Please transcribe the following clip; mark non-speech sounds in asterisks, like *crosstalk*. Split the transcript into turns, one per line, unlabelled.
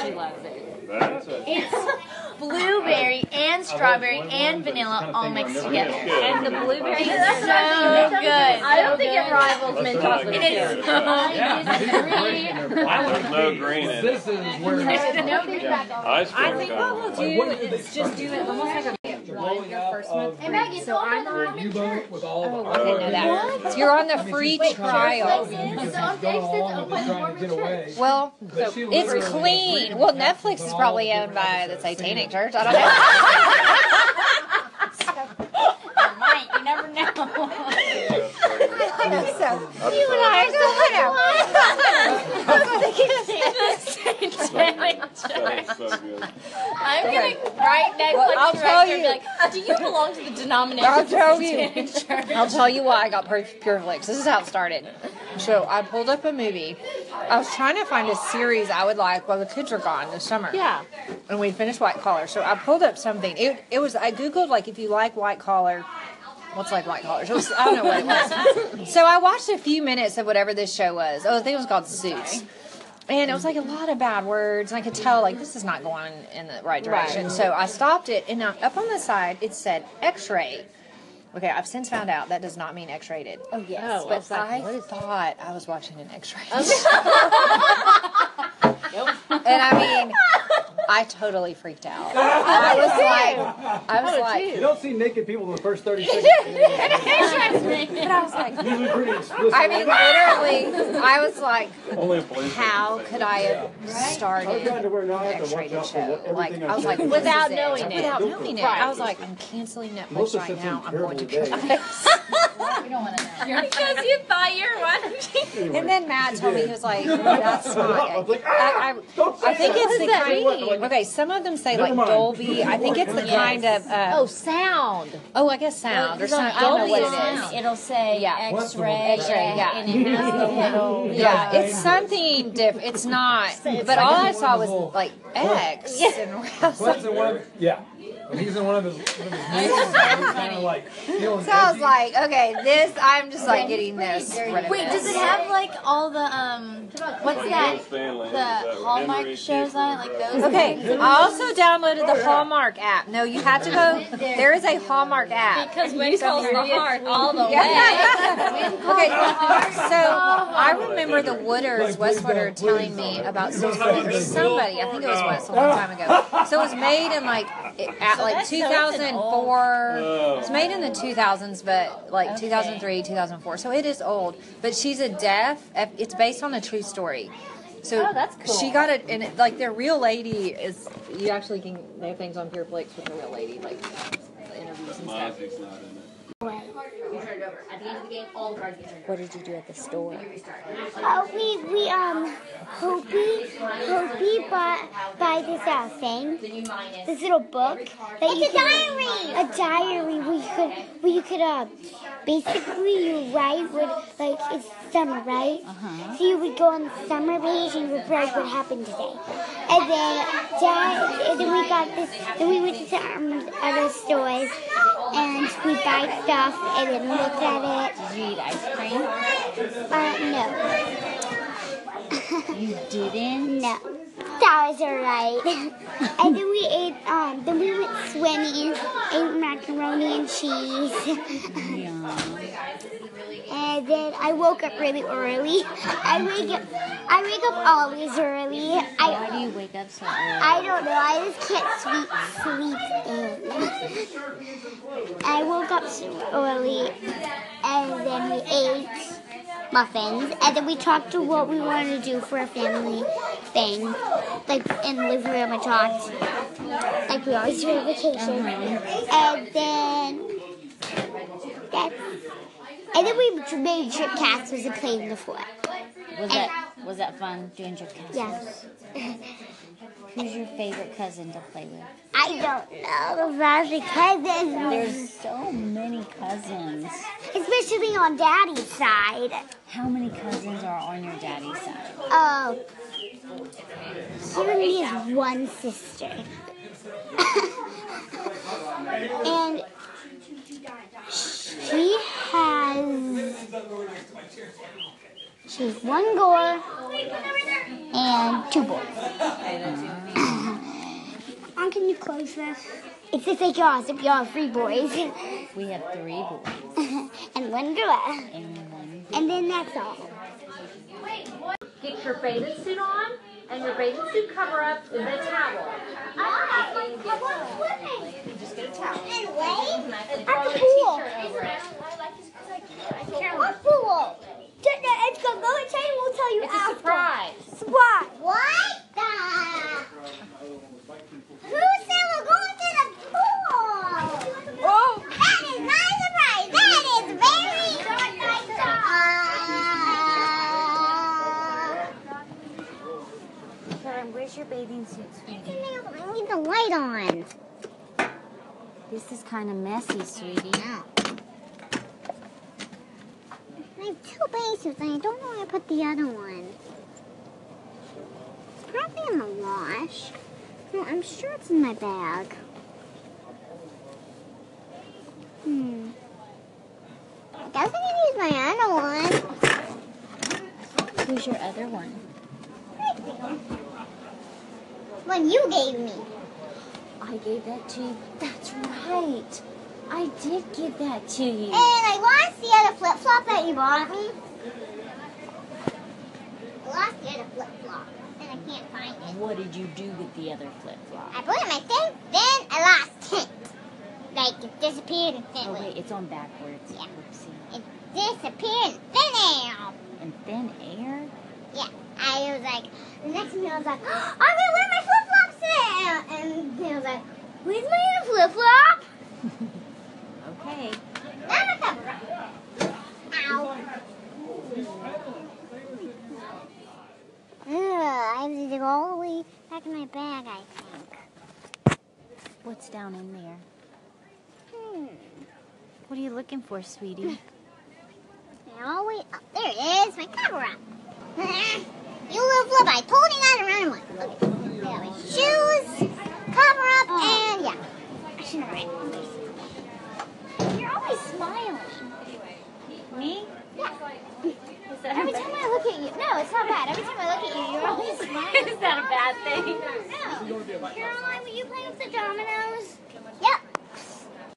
She loves it.
That's it.
It's *laughs* blueberry and strawberry and vanilla all mixed together.
And the blueberry is
So
so
good.
I don't think it rivals mint chocolate.
*laughs* It is so good.
There's no green in it.
This is
*laughs*
where
Ice cream.
I think
cone.
what we'll do is just do it almost like a
blowing up of
And Maggie, it's all on the
the
woman
U-boat
church.
with all the.
I didn't know that.
So you're on the free trial.
It's on Facebook, it's on Mormon church.
Well,
But she
it's
literally-
clean. Well, Netflix is probably owned by the Satanic Church. I don't know.
Might, you never *laughs* know.
I think so. You and I are so
That was so good.
I'm gonna write Netflix
Well, I'll
director
tell
and be like, do you belong to the denomination?
*laughs*
*laughs*
I'll tell you.
Presbyterian Church?"
I'll tell you why I got pur- Pure Flix. This is how it started. So I pulled up a movie. I was trying to find a series I would like while the kids were gone this summer.
Yeah.
And we finished White Collar. So I pulled up something. It, it was, I Googled, like, if you like White Collar, what's like White Collar? So it was- I don't know what it was. so I watched a few minutes of whatever this show was. Oh, I think it was called Suits. And it was like a lot of bad words, and I could tell like this is not going in the right direction. So I stopped it, and now up on the side it said X-ray. Okay, I've since found out that does not mean X-rated.
Oh, yes.
But I, thought I was watching an X-ray. *laughs* and I mean, I totally freaked out. I was like, I was
You
like,
don't see naked people in the first thirty
*laughs*
seconds.
but I was like,
Usually pretty explicit.
*laughs* I mean, literally, I was like,
Only a police.
how could I have
I'm trying to
started
where now I have to watch
X-rated
out for
show?
what,
Like,
everything
I
I'm
was like,
taking.
without
This is it.
knowing it, without knowing it, I was like, I'm canceling Netflix
Most of
right
it's
now. I'm going to
terrible
kill
today.
because you thought you were watching.
*laughs* And then Matt told me he was like, "That's
*laughs*
not."
I was like, "Ah,
I, I,
don't say
I think
that. *laughs*
it's the
What does that
kind.
mean?
Okay, some of them say
Never
like
mind.
Dolby. I think it's the kind of. Uh,
Oh, sound.
oh, I guess sound or
It's on
something. I don't know
Dolby
what
on,
it is.
It'll say
Yeah.
What's the
X-ray,
one-
X-ray, yeah.
and it has the little.
Yeah, it's something different. It's not. But all I saw was like X, and *laughs* I was like,
Clint's in one of, yeah. When he's in one of his, one of his movies, he's kind of like feeling
so I was
edgy.
like, okay, this. I'm just like getting this. rid of
Wait, does
this.
it have like all the um? What's that?
Stanley.
The Hallmark shows on it,
*laughs*
like those.
Okay, I also downloaded the Hallmark app. No, you have to go. There is a Hallmark app.
Because wind calls the heart all *laughs* the *laughs*
okay, so I remember the Wooders, West Wooder, telling me about Six Flags or somebody. I think it was West a long time ago. So it was made in like it- at like
that's- so it's an old- Oh.
2004. It was made in the 2000s, but like 2003, 2004. So it is old. But she's a deaf. It's based on a true story. So
Oh, that's cool.
she got it, and it, like their real lady is. You actually can know things on Pure Flix with the real lady, like the interviews and stuff.
Music's not in it.
What did you do at the store?
Oh, we, we, um, Hopi, Hopi bought, buy this out thing, this little book. That it's you a diary! a diary where you could, where you could, uh, basically you write what, like, it's summer, right?
Uh-huh.
So you would go on the summer page and report what happened today. And then, Dad, and then we got this, then we went to um, other stores and we buy stuff and then look at it.
Did you eat ice cream?
Uh, no.
You didn't.
No, that was alright. *laughs* and then we ate, um, then we went swimming, ate macaroni and cheese. and then I woke up really early. I wake up, I wake up always early.
Why
I,
do you wake up so early?
I don't know, I just can't sleep, sleep in. I woke up so early, and then we ate muffins, and then we talked to what we wanted to do for a family thing, like in the living room. I talked, like we always do on vacation, and then that's, and then we made trip castles and played in the floor.
Was that was that fun doing your cast?
Yes,
*laughs* Who's your favorite cousin to play with?
I don't know about the cousins,
There's so many cousins.
especially on Daddy's side.
How many cousins are on your daddy's side?
Oh, she only has one sister. *laughs* and she has. *coughs* She's one girl and two boys. close this? It's just like y'all, except y'all are free boys. *laughs*
We have three boys
and one girl.
and one.
And then that's all.
Get your bathing suit on and your bathing suit cover up with a towel. Just get a towel.
And wave
And
at
throw a
the pool.
t-shirt over it.
What pool? Just, uh, It's gonna go inside and we'll tell you
It's a
after.
surprise.
Surprise. What the? Who said we're going to the pool? Oh! That is not a surprise. That is very uh,
Karen, where's your bathing suit, sweetie?
I need the light on.
This is kind of messy, sweetie.
I have two bases and I don't know where I put the other one. It's probably in the wash. No, I'm sure it's in my bag. Hmm. I guess I can use my other one.
Who's your other one?
One you gave me.
I gave that to you. That's right. I did give that to you.
And I lost the other flip flop that you bought me. I lost the other flip flop and I can't find it.
What did you do with the other flip flop?
I put it in my thing, then I lost it. Like it disappeared and thin
Oh
went.
wait, it's on backwards.
Yeah.
Oopsie.
It disappeared in thin air.
And thin air.
Yeah. I was like, the next minute I was like, "Oh, I'm gonna wear my flip flops today. And then I was like, where's my other flip flop?
Okay.
Ow. Ugh, I have to dig all the way back in my bag, I think.
What's down in there?
Hmm.
What are you looking for, sweetie?
And all the way up. There it is, my cover up. *laughs* you little flip, I told you not to run away. Okay. Yeah, my shoes, cover up,
Oh.
and yeah. I shouldn't have ran. You're always smiling.
Me?
Every time I look at you, no, it's not bad. Every time I look at you,
*laughs*
you're always smiling.
Is that a bad thing?
No. Caroline, will you play with the dominoes?